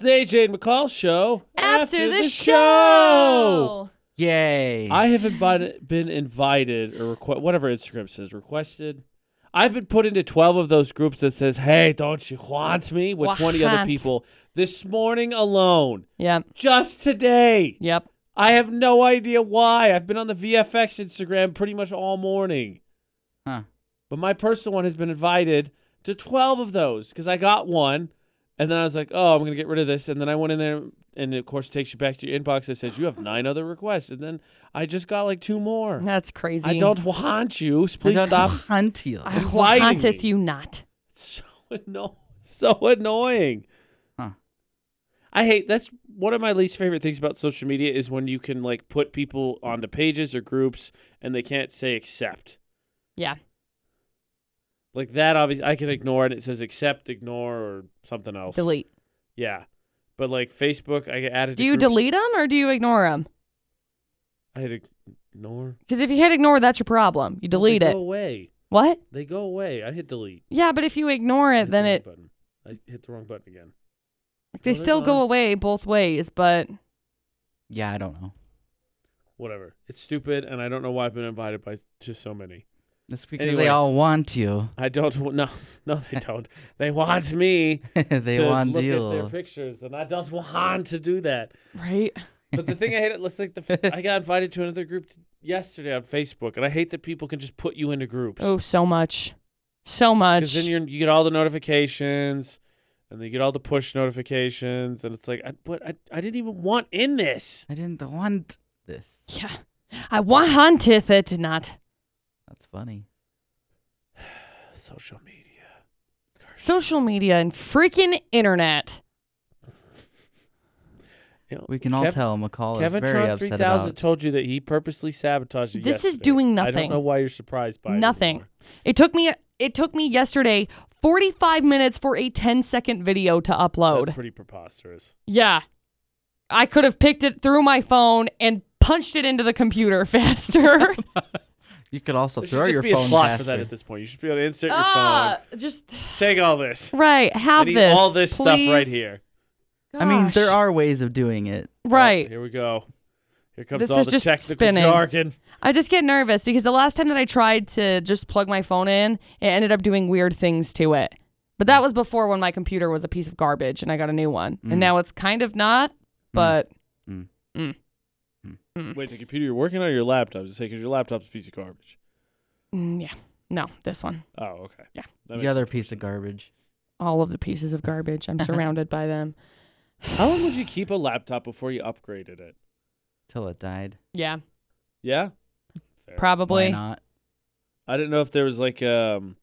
the AJ McCall show. After, the, show. Yay. I have invited, been invited or request whatever Instagram says requested. I've been put into twelve of those groups that says, "Hey, don't you want me?" with twenty other Want. people this morning alone, Yep. just today. Yep. I have no idea why. I've been on the VFX Instagram pretty much all morning. Huh. But my personal one has been invited to 12 of those because I got one. And then I was like, oh, I'm going to get rid of this. And then I went in there, and of course, it takes you back to your inbox that says, you have nine other requests. And then I just got like two more. That's crazy. I don't want you. so Please I don't stop. hunt you. I inviting wanteth me. you not. so, anno- so annoying. Huh. I hate that's one of my least favorite things about social media is when you can like put people onto pages or groups and they can't say accept. Yeah. Like that obviously I can ignore it. It says accept, ignore or something else. Delete. Yeah. But like Facebook, I get added Do to you groups. delete them or do you ignore them? I hit ignore. Because if you hit ignore, that's your problem. You delete they it. Go away. What? They go away. I hit delete. Yeah, but if you ignore I it, hit then the wrong it button. I hit the wrong button again. they No, they're still go gone. away both ways. But yeah, I don't know. Whatever. It's stupid and I don't know why I've been invited by to so many. That's because Anyway. they all want you. I don't. w- No, no, they don't. They want me they to want look at their you. pictures, and I don't want to do that. right. But the thing I hate, let's like the. f- I got invited to another group t- yesterday on Facebook, and I hate that people can just put you into groups. Oh, so much, so much. because then you're, you get all the notifications, and then you get all the push notifications, and it's like, I, what? I, I didn't even want in this. I didn't want this. yeah. I wanteth it not. That's funny. Social media. Curse. Social media and freaking internet. You know, We can all Kev- tell McCall Kevin is very Trump upset 3000 about. told you that he purposely sabotaged you. This is yesterday. doing I nothing. don't know why you're surprised by it Nothing. anymore. It took me it took me yesterday 45 minutes for a 10 second video to upload. That's pretty preposterous. yeah. I could have picked it through my phone and punched it into the computer faster. You could also There throw should just your be a phone slot faster. for that at this point. You should be able to insert your Ah, just phone. Take all this. right, have I need this. all this stuff right please. here. I mean, there Gosh. are ways of doing it. Oh, Right. here we go. Here comes This all is the just technical spinning. jargon. I just get nervous because the last time that I tried to just plug my phone in, it ended up doing weird things to it. But that was before when my computer was a piece of garbage and I got a new one. Mm. And now it's kind of not, but Wait, the computer you're working on or your laptop? Just say, because your laptop's a piece of garbage. mm, yeah. No, this one. Oh, okay. Yeah. That the makes other sense. piece of garbage. All of the pieces of garbage. I'm surrounded by them. How long would you keep a laptop before you upgraded it? Till it died. Yeah, Yeah? Fair. Why probably. not? I didn't know if there was like um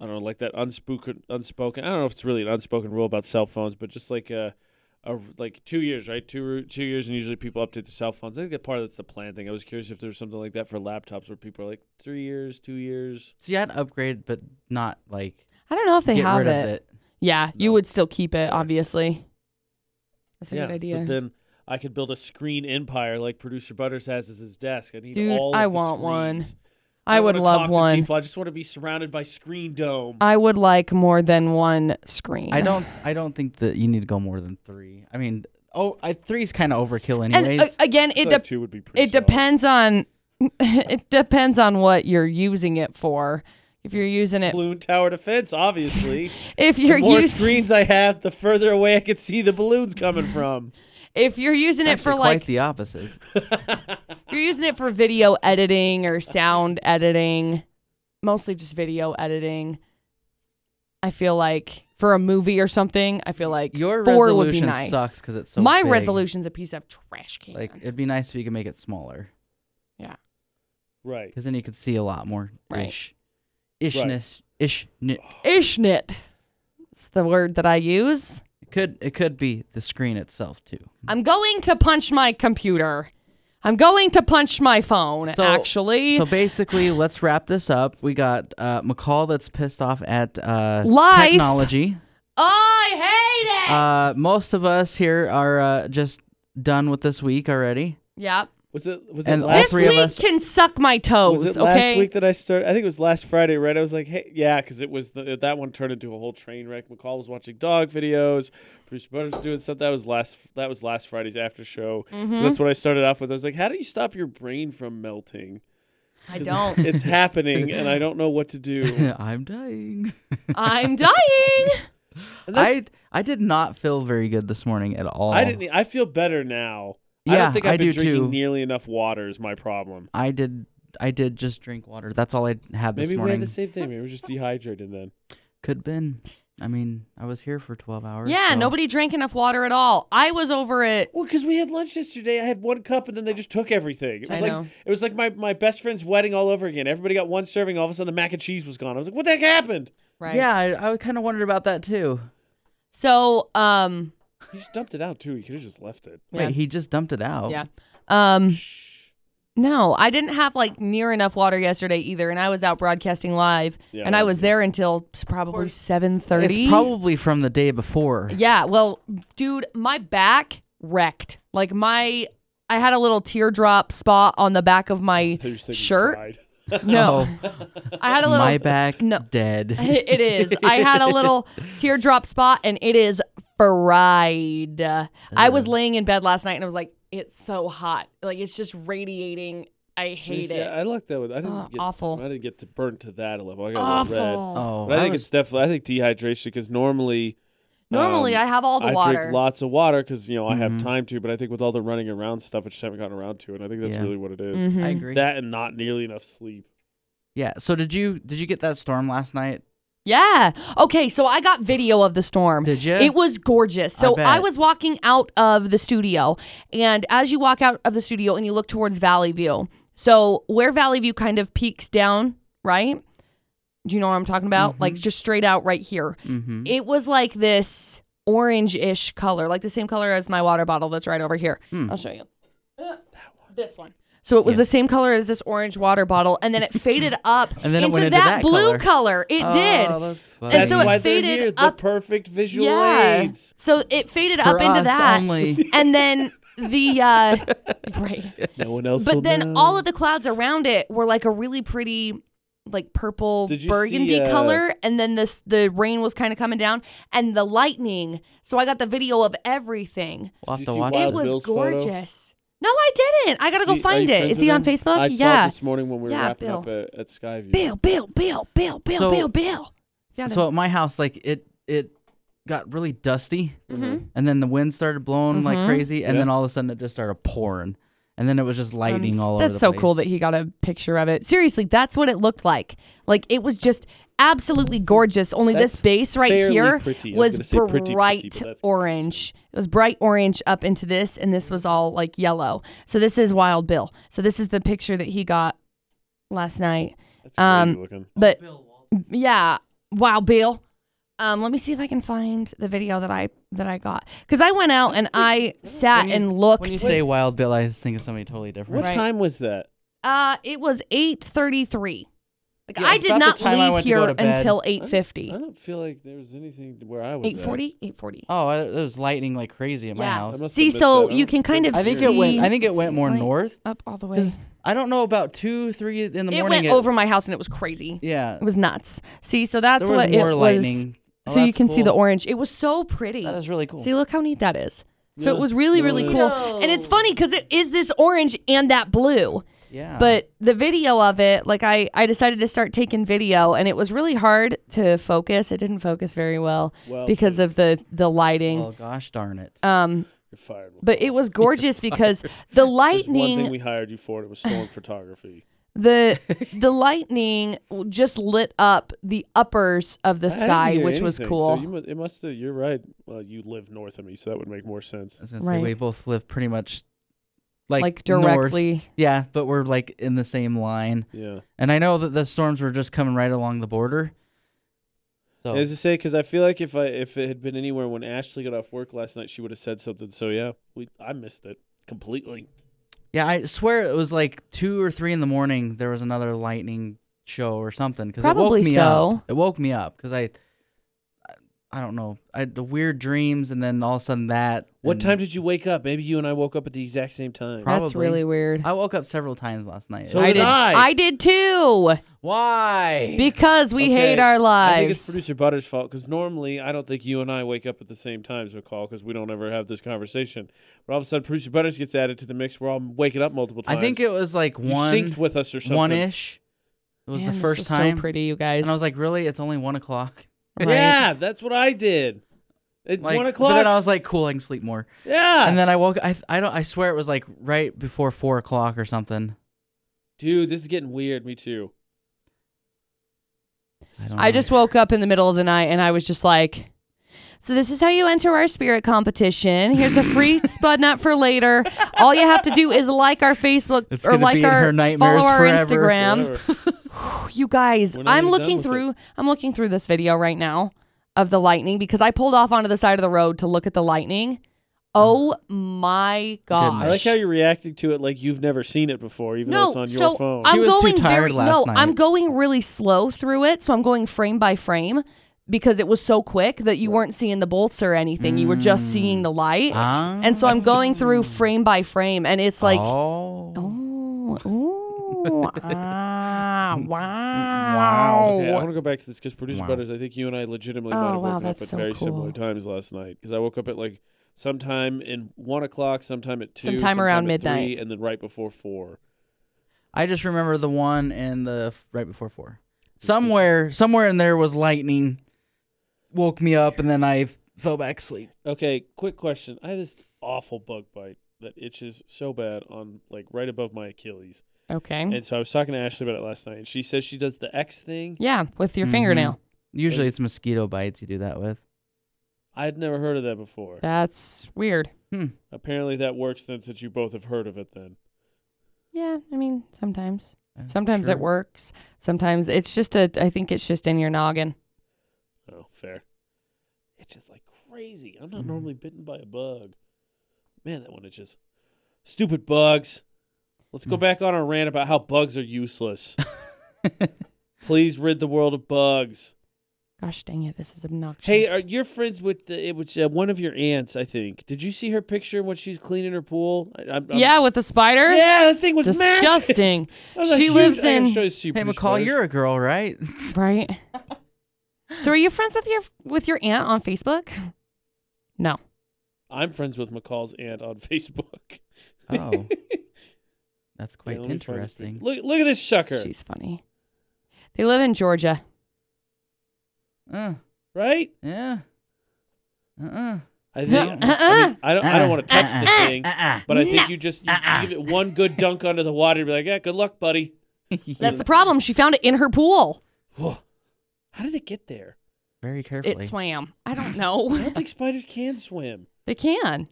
I don't know, like that unspoken unspoken I don't know if it's really an unspoken rule about cell phones, but just like uh a, like two years, right? Two ru- two years, and usually people update their cell phones. I think that part of that's the plan thing. I was curious if there was something like that for laptops, where people are like three years, two years. So you had to upgrade, but not like I don't know if they get have rid it. of it. Yeah, you No. would still keep it, Sure. obviously. That's a yeah. good idea. So then I could build a screen empire like producer Butters has as his desk. I need Dude, all. Of I the want one. screens. I, would wanna love talk to one. people. I just want to be surrounded by screen dome. I would like more than one screen. I don't. I don't think that you need to go more than three. I mean, oh, I, three's kind of overkill, And anyways. uh, again, it I feel like de- two would be pretty. it solid. depends on it depends on what you're using it for. If you're using it, Balloon tower defense, obviously. if you're the more using screens I have, the further away I can see the balloons coming from. if you're using it for Actually, like quite the opposite. if you're using it for video editing or sound editing, mostly just video editing. I feel like for a movie or something, I feel like Your four would be resolution nice. sucks because it's so. My big. resolution's a piece of trash can. Like it'd be nice if you could make it smaller, Right. because then you could see a lot more. Right. Ish. Ishness. Ish. It Ishnit. It's the word that I use. could. It could be the screen itself too. I'm going to punch my computer. I'm going to punch my phone, So- actually. So basically, let's wrap this up. We got uh, McCall that's pissed off at uh, Life. technology. I hate it. Uh, most of us here are uh, just done with this week already. yep. Was it was And it all last this three of week us- can suck my toes. was it last okay. week that I started? I think it was last Friday, right? I was like, hey, yeah, because it was the, that one turned into a whole train wreck. McCall was watching dog videos. Bruce Butters was doing stuff. That was last. That was last Friday's after show. Mm-hmm. Hmm? That's what I started off with. I was like, how do you stop your brain from melting? I 'Cause don't. It's happening, and I don't know what to do. I'm dying. I'm dying. And that's- I I did not feel very good this morning at all. I didn't. I feel better now. I Yeah, don't think I I've been do drinking too. nearly enough water. Is my problem. I did. I did just drink water. That's all I had this Maybe we had morning. the same thing. Maybe we're just dehydrated then. Could been. I mean, I was here for twelve hours. Yeah, so- nobody drank enough water at all. I was over it. Well, because we had lunch yesterday. I had one cup, and then they just took everything. It was I like know. it was like my, my best friend's wedding all over again. Everybody got one serving. All of a sudden, the mac and cheese was gone. I was like, "What the heck happened?" Right. Yeah, I, I kind of wondered about that too. So, um, He just dumped it out too. He could have just left it. yeah. Wait, he just dumped it out. Yeah. Um, no, I didn't have like near enough water yesterday either, and I was out broadcasting live, Yeah, and I that was would be- there until s- probably seven thirty. It's probably from the day before. Yeah. Well, dude, my back wrecked. Like my, I had a little teardrop spot on the back of my So you're thinking shirt. fried. No, Oh, I had a little. my back no. dead. it is. I had a little teardrop spot and it is fried. I was laying in bed last night and I was like, it's so hot. Like it's just radiating. I hate Yeah, it. I like that one. I didn't Ugh, get awful. I didn't get to burn to that level. I got a little red. Awful. Oh, But I think was- it's definitely. I think dehydration because normally Normally um, I have all the I water. drink lots of water because you know I have Mhm. time to. But I think with all the running around stuff, I just haven't gotten around to it. And I think that's Yeah. really what it is. Mhm. I agree. That and not nearly enough sleep. yeah. So did you did you get that storm last night? Yeah. Okay, so I got video of the storm. Did you? It was gorgeous. So bet. I, was walking out of the studio, and as you walk out of the studio and you look towards Valley View, so where Valley View kind of peaks down, right? Do you know what I'm talking about? Like just straight out right here. Mm-hmm. It was like this orange ish color, like the same color as my water bottle that's right over here. Hmm. I'll show you. Uh, This one. So it was the same color as this orange water bottle, and then it faded up And then it into, went into that, that blue color. color. It did. Oh, that's funny. And That's so it why they're faded here. up- The perfect visual aids. So it faded For up into us that. only. And then the uh right. No one else. will But then know. all of the clouds around it were like a really pretty like purple Did you burgundy see, uh, color and then this the rain was kind of coming down and the lightning. So I got the video of everything. We'll Did have you to see watch why- it Wild was Bill's photo? gorgeous. No, I didn't. I got to go See- are find you it. friends Is with he on him? Facebook? I saw it yeah. this morning when we were Yeah, wrapping Bill. up at, at Skyview. Bill, Bill, Bill, Bill, Bill, So- Bill, Bill. Found it. it. So at my house, like it it got really dusty, Mm-hmm. Mhm. and then the wind started blowing like Mhm. crazy, and Yeah. then all of a sudden it just started pouring, and then it was just lightning Um, all over. that's the so cool that place. he got a picture of it seriously that's what it looked like like it was just absolutely gorgeous only That's this base right fairly here pretty. I was was gonna say pretty, pretty, bright but that's orange it was bright orange up into this and this was all like yellow so this is wild bill so this is the picture that he got last night Oh, That's crazy Um, looking. but yeah, Wild Bill. Um, let me see if I can find the video that I that I got because I went out and I sat When you- and looked. When you say Wild Bill, I just think of something totally different. What Right. time was that? Uh, it was eight thirty-three. Like Yeah, I it's did about the not time I leave went to go here to bed. until I eight don't- I fifty. don't feel like there was anything where I was. at. Eight forty. Eight forty. Oh, I, it was lightning like crazy at my Yeah. I must house. have See, missed so that. I you don't can kind of I think see- it went. I think it see went more light north Up all the way. because I don't know about two, three in the It morning. went over my house and it was crazy. Yeah, It was nuts. See, so that's there was what more it was. lightning. Oh, so you that's can see the cool. orange. It was so pretty. That is really cool. See, look how neat that is. So it Yeah. was really, No, really it cool. is. And it's funny because it is this orange and that blue. yeah, But the video of it, like I, I decided to start taking video, and it was really hard to focus. It didn't focus very well Well, because of the the oh lighting. gosh darn it. Um, You're fired. but it was gorgeous because the There's one thing lightning, we hired you for. and It was storm photography. the the lightning just lit up the uppers of the I didn't sky, hear which was anything, cool. So you, mu- it must have. You're right. Well, you live north of me, so that would make more sense. I was gonna say Right. we both live pretty much like, like north. directly, Yeah, but we're like in the same line. Yeah. And I know that the storms were just coming right along the border. So As I say, because I feel like if I if it had been anywhere when Ashley got off work last night, she would have said something. So yeah, we I missed it completely. yeah, I swear it was like two or three in the morning. There was another lightning show or something because it woke Probably me so. up. It woke me up because I I don't know. I had the weird dreams, and then all of a sudden that. What and time did you wake up? Maybe you and I woke up at the exact same time. Prob- That's Probably. really weird. I woke up several times last night. So I did did. I. I did too. Why? Because we Okay, hate our I think it's lives. producer Butter's fault because normally I don't think you and I wake up at the same times or call because we don't ever have this conversation. But all of a sudden, producer Butters gets added to the mix. We're all waking up multiple I times. think it was like You one, synced with us or something. one ish. It was Man, the this first is time, So pretty, you guys. and I was like, really? It's only one o'clock. Right. Yeah, that's what I did. At Like, one But o'clock. then I was like, cool, I can sleep more. yeah. And then I woke. I I don't. I swear it was like right before four o'clock or something. Dude, this is getting weird. Me too. don't I know. just woke up in the middle of the night and I was just like, so this is how you enter our spirit competition. Here's a free spud nut for later. All you have to do is like our Facebook It's or gonna like be in our her nightmares follow our forever. Instagram. Whatever. You guys, We're not I'm even done looking with through I'm looking through this video right now of the lightning because I pulled off onto the side of the road to look at the lightning. Oh Mm. my I gosh. like how you're reacting to it like you've never seen it before, even though it's on so your phone. I'm She was too going tired very, last no, night. I'm going really slow through it, so I'm going frame by frame because it was so quick that you weren't seeing the bolts or anything. You were just seeing the light. Ah. and so I'm going through frame by frame and it's like oh. oh, ooh, ah, wow. Wow. Okay, I want to go back to this because producer Wow. Butters, I think you and I legitimately Oh, might have wow, woken up that's at so very similar cool. times last night because I woke up at like sometime in one o'clock, sometime at two, Sometime around at three, midnight. and then right before four. I just remember the one in the f- right before four. is- Somewhere, somewhere in there was lightning. Woke me up, and then I f- fell back asleep. Okay, quick question. I had this awful bug bite that itches so bad on like right above my Achilles, Okay. and so I was talking to Ashley about it last night, and she says she does the X thing. Yeah, with your Mhm. fingernail. Usually, it's mosquito bites you do that with. I had never heard of that before. That's weird. Apparently, that works then, since you both have heard of it. Then Yeah, I mean, sometimes. Uh, Sometimes sure. it works. Sometimes it's just a I think it's just in your noggin. Oh, fair. It's just like crazy. I'm Mm-hmm. not Mhm. normally bitten by a bug. Man, that one itches. Stupid bugs. Let's go Mm. back on our rant about how bugs are useless. Please rid the world of bugs. Gosh dang it, this is obnoxious. Hey, are you're friends with the, it was uh, one of your aunts, I think. Did you see her picture when she's cleaning her pool? I, I'm, I'm- yeah, with the spider? Um, Yeah, that thing was massive. Disgusting. I was like, She huge- lives I gotta in- show this to you, Hey, Bruce McCall, Brothers. you're a girl, right? right? So are you friends with your with your aunt on Facebook? No. I'm friends with McCall's aunt on Facebook. oh, that's Hey, quite let me find this pic- interesting. Look, look at this sucker, She's funny. They live in Georgia. Uh, right? yeah. Uh-uh. I No. think I, mean, I don't. I don't want to touch the Uh-uh. thing, Uh-uh. but I No. think you just you Uh-uh. give it one good dunk under the water and be like, "Yeah, good luck, buddy." That's the problem. She found it in her pool. Whoa. How did it get there? Very carefully. It swam. I don't I know. don't think spiders can swim. they can.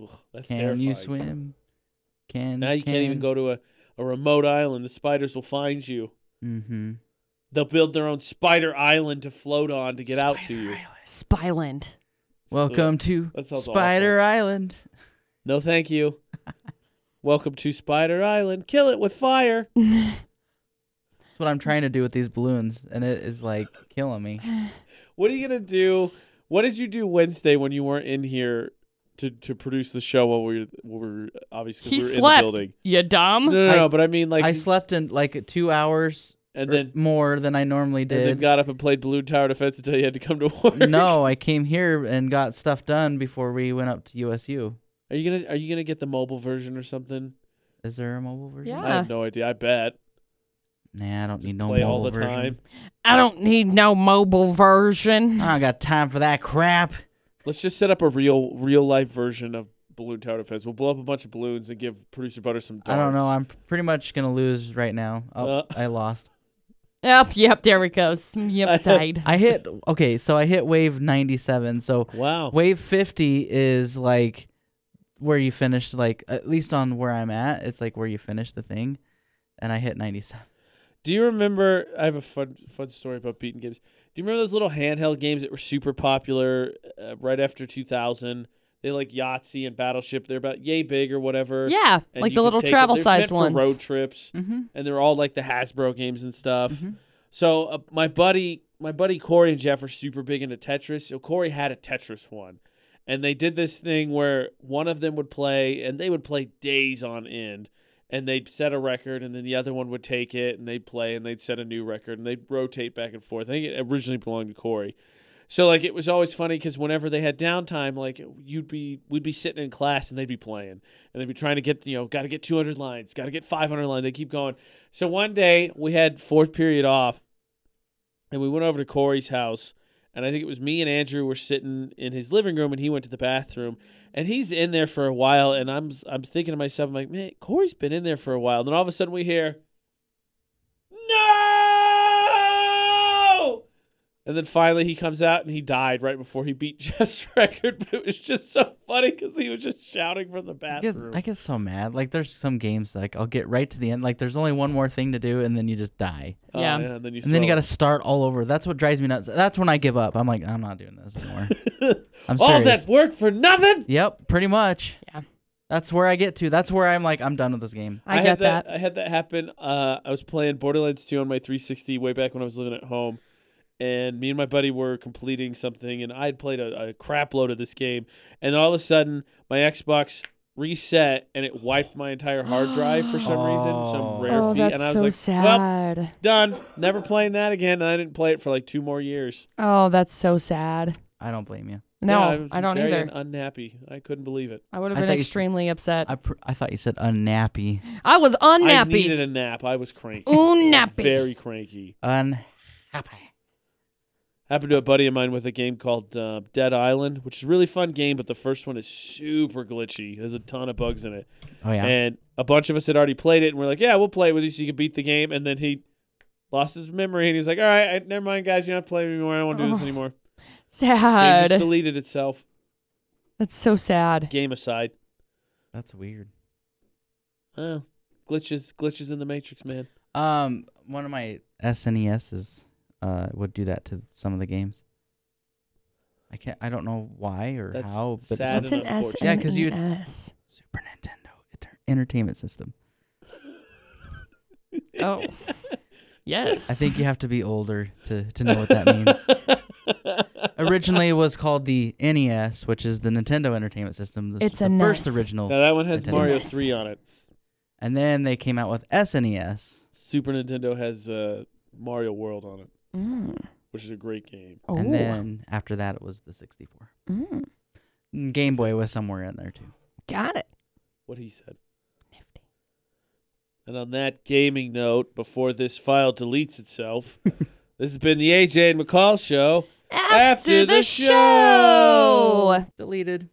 Ugh, that's Can terrifying. you swim? Can Now you can. can't even go to a, a remote island. The spiders will find you. Mm-hmm. They'll build their own spider island to float on to get out to you. Spyland. Welcome to That sounds Spider Island. No, thank you. Welcome to Spider Island. Kill it with fire. That's what I'm trying to do with these balloons, and it is like killing me. What are you gonna do? What did you do Wednesday when you weren't in here to, to produce the show while we were, while we were obviously 'cause He we were in the slept. Mm. building? You dumb. No, no, I- no, but I mean like I slept in like two hours and or then more than I normally and then did. got up and played Balloon Tower Defense until you had to come to work. no, I came here and got stuff done before we went up to USU. Are you gonna are you gonna get the mobile version or something? Is there a mobile version? Yeah. I have no idea. I bet. Nah, I don't Just need no play mobile all the version. time. I don't need no mobile version. I don't got time for that crap. Let's just set up a real real life version of Balloon Tower Defense. We'll blow up a bunch of balloons and give producer Butter some darts. I don't know. I'm pretty much gonna lose right now. Oh, Uh. I lost. Yep, yep, there it goes. Yep, died. I hit. Okay, so I hit wave 97. So Wow. Wave 50 is like where you finish, like at least on where I'm at, it's like where you finish the thing. And I hit 97. Do you remember? I have a fun fun story about beating games. Do you remember those little handheld games that were super popular uh, right after 2000? They like Yahtzee and Battleship. They're about yay big or whatever. Yeah, and like you the could little take 'em. travel They're sized meant for ones. road trips, Mm-hmm. and they're all like the Hasbro games and stuff. Mhm. So uh, my buddy, my buddy Corey and Jeff are super big into Tetris. So Corey had a Tetris one. And they did this thing where one of them would play and they would play days on end and they'd set a record and then the other one would take it and they'd play and they'd set a new record and they'd rotate back and forth. I think it originally belonged to Corey. So like it was always funny because whenever they had downtime, like you'd be we'd be sitting in class and they'd be playing and they'd be trying to get you know got to get 200 lines, got to get 500 lines. They keep going. So one day we had fourth period off, and we went over to Corey's house, and I think it was me and Andrew were sitting in his living room, and he went to the bathroom, and he's in there for a while, and I'm I'm thinking to myself, I'm like, man, Corey's been in there for a while, and then all of a sudden we hear, no. And then finally he comes out and he died right before he beat Jeff's record. But it was just so funny because he was just shouting from the I get, bathroom. I get so mad. Like there's some games like I'll get right to the end. Like there's only one more thing to do, and then you just die, Oh, Yeah. and then you, and then you throw- got to start all over. That's what drives me nuts. That's when I give up. I'm like, I'm not doing this anymore. I'm all serious. that work for nothing. Yep, pretty much. Yeah. That's where I get to. That's where I'm like, I'm done with this game. I, had get that. I had that happen. Uh, I was playing Borderlands 2 on my 360 way back when I was living at home, and me and my buddy were completing something, and I had played a, a crap load of this game, and all of a sudden my Xbox reset and it wiped my entire hard drive for some reason, some Oh. rare Oh, feat, that's and I was so like, "Well, sad. done. Never playing that again." And I didn't play it for like two more years. oh, that's so sad. I don't blame you. Yeah, No, was I don't very either. Unhappy. I couldn't believe it. I would have I been thought you s- extremely upset. I I, pr- I thought you said unnappy. was I unnappy. needed a nap. I was cranky. Ooh, nappy. Very cranky. Unhappy. Happened to a buddy of mine with a game called uh, Dead Island, which is a really fun game, but the first one is super glitchy. There's a ton of bugs in it. Oh yeah. And a bunch of us had already played it, and we're like, yeah, we'll play it with you so you can beat the game. And then he lost his memory, and he's like, all right, I, never mind, guys, you're not playing anymore. I don't want to do this Oh, anymore. Game just Sad. deleted itself. That's so sad. Game aside. That's weird. Oh, glitches, glitches in the Matrix, man. Um, one of my SNESs uh would do that to some of the games. I can't. I don't know why or That's how, but sad. some- and What's an S? unfortunate. Yeah, 'cause you'd- S. Super Nintendo Enter- Entertainment System. Oh. Yes. I think you have to be older to to know what that means. Originally, it was called the NES, which is the Nintendo Entertainment System. This It's was a E the first NES. original. Now, that one has Nintendo. E Mario Yes. 3 on it. And then they came out with E SNES. Super Nintendo has uh, Mario World on it, Mm. which is a great game. Oh. And then after that, it was the 64. Mm. And Game Boy was somewhere in there too. Got it. What he said. Nifty. And on that gaming note, before this file deletes itself, this has been the AJ and McCall show. After the show. Deleted.